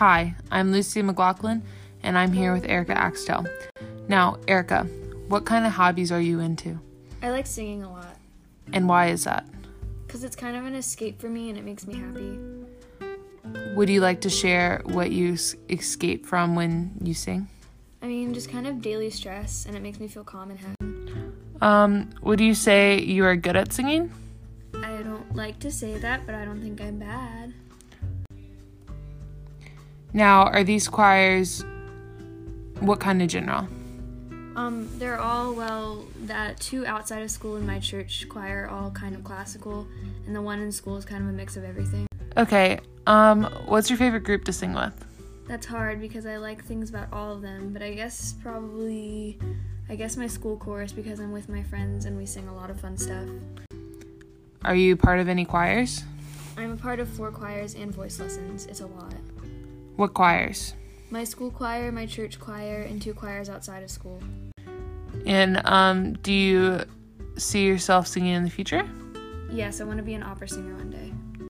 Hi, I'm Lucy McLaughlin, and I'm here with Erica Axtell. Now, Erica, what kind of hobbies are you into, I like singing a lot and why is that? because it's kind of an escape for me and it makes me happy. Would you like to share what you s- escape from when you sing? I mean, just kind of daily stress and it makes me feel calm and happy. Um, would you say you are good at singing? I don't like to say that, but I don't think I'm bad. Now, are these choirs what kind of genre? Um, they're all well, that two outside of school in my church choir all kind of classical, and the one in school is kind of a mix of everything. Okay, um, what's your favorite group to sing with? That's hard because I like things about all of them, but I guess probably I guess my school chorus because I'm with my friends and we sing a lot of fun stuff. Are you part of any choirs? I'm a part of four choirs and voice lessons. It's a lot. What choirs? My school choir, my church choir, and two choirs outside of school. And um, do you see yourself singing in the future? Yes, I want to be an opera singer one day.